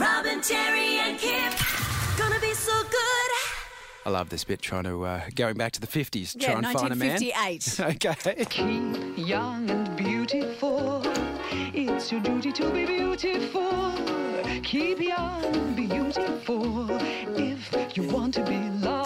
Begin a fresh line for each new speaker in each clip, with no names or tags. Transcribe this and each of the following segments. and Terry and Kip. Gonna be so good.
I love this bit trying to uh, going back to the fifties, try
Yeah,
and find a man. Okay.
1958.
Keep young and beautiful. It's your duty to be beautiful. Keep young and beautiful. If you want to be loved.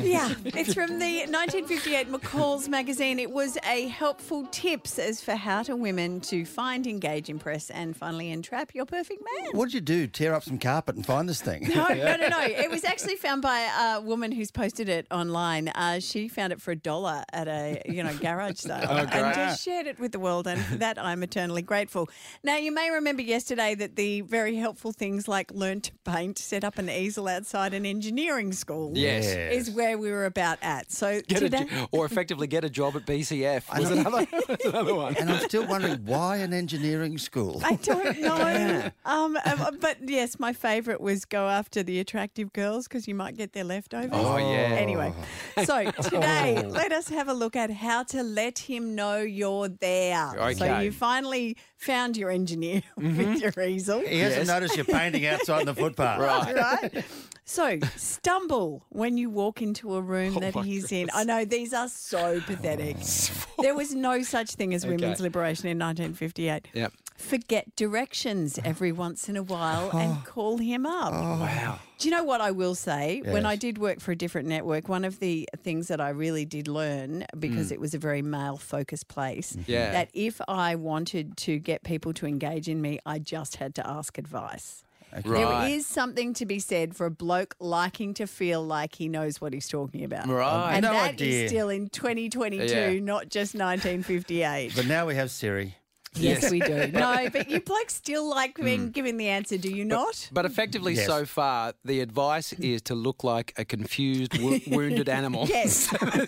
yeah, it's from the 1958 McCall's magazine. It was a helpful tips as for how to women to find, engage, impress, and finally entrap your perfect man.
What did you do? Tear up some carpet and find this thing?
No, no, no, no. It was actually found by a woman who's posted it online. Uh, she found it for a dollar at a you know garage sale
Oh,
and just shared it with the world, and for that I'm eternally grateful. Now you may remember yesterday that the very helpful things like learn to paint, set up an easel outside an engineering school.
Yes.
Yeah.
Is where we were about at. So
Get a,
today,
jo- or effectively get a job at BCF. Was another, was another one.
And I'm still wondering why an engineering school?
I don't know. Um, um, but yes, my favourite was go after the attractive girls because you might get their leftovers.
Oh, yeah. Oh.
Anyway, so today, let us have a look at how to let him know you're there. So
Okay.
you finally found your engineer with
Mm-hmm.
your easel.
He hasn't
Yes.
noticed you're painting outside the footpath.
Right.
Right? So, stumble when you walk into a room that
Oh my Oh,
he's in. I know these are so pathetic. there was no such thing as women's liberation in 1958.
Yep.
Forget directions every once in a while
Oh.
and call him up.
Wow.
Do you know what I will say? When I
Yes.
did work for a different network, one of the things that I really did learn because it was a very male focused place,
Mm. Mm-hmm. Yeah.
that if I wanted to get people to engage in me, I just had to ask advice.
Right.
There is something to be said for a bloke liking to feel like he knows what he's talking about.
Right.
And
No
that is
idea.
still in 2022,
Yeah.
not just 1958.
But now we have Siri.
yes, we do. No, but you blokes still like being given the answer, do you not?
But effectively,
Yes.
so far, the advice is to look like a confused, wo- wounded animal.
Yes.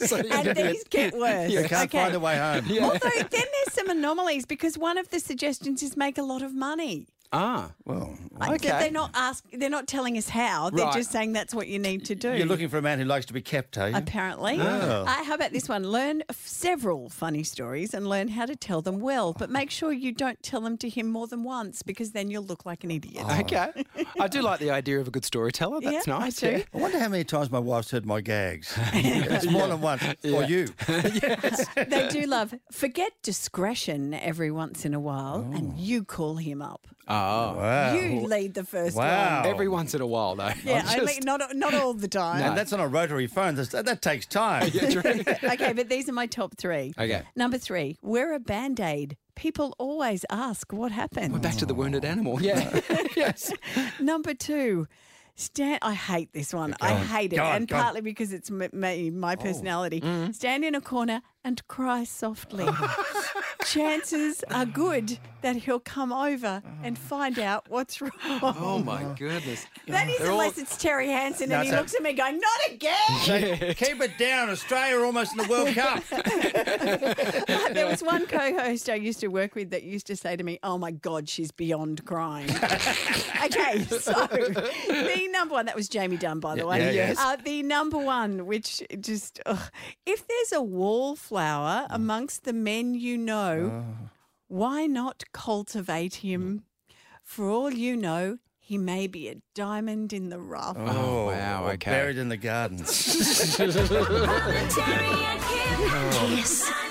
So you
and
get it.
these get worse.
You can't find a way home.
Although then there's some anomalies because one of the suggestions is make a lot of money.
Ah,
Well,
Like,
Okay.
They're not ask. They're not telling us how. They're
Right.
just saying that's what you need to do.
you're looking for a man who likes to be kept, are you?
apparently.
Oh.
Uh, how about this one? Learn f- several funny stories and learn how to tell them well, but make sure you don't tell them to him more than once because then you'll look like an idiot.
okay. I do like the idea of a good storyteller. Oh, That's
Yeah, I
nice.
do.
yeah.
I wonder how many times my wife's heard my gags. it's more than once. Or you.
They do love forget discretion every once in a while, and you call him up.
Oh.
Wow.
You lead the first
Wow.
one.
Every once in a while, though.
Yeah,
I
only,
just-
not not all the time.
And that's on a rotary phone. That's, that, that takes time.
okay, but these are my top three.
Okay.
Number three, wear a band aid. People always ask what happened.
Back to the wounded animal. Yeah. yes.
Number two, stand. I hate this one. I hate it,
Go on,
and
go on. Oh. Mm-hmm.
partly because it's m- me, my personality. Stand in a corner and cry softly. Chances are good that he'll come over and
Oh.
find out what's wrong.
Oh, my goodness.
That is
They're all-
unless it's Terry Hansen
No,
and he
it's a-
looks at me going, "Not again."
Keep it down. Australia are almost in the World Cup.
There was one co-host I used to work with that used to say to me, "Oh my God, she's beyond crying." okay, so the number one that was Jamie Dunn, by the way.
yeah, yes.
Uh, the number one, which just ugh, if there's a wallflower
Mm.
amongst the men you know,
Oh.
why not cultivate
Mm.
him? For all you know, he may be a diamond in the rough.
Oh,
wow,
or
okay.
Buried in the garden.
Terry and Kip. Kiss.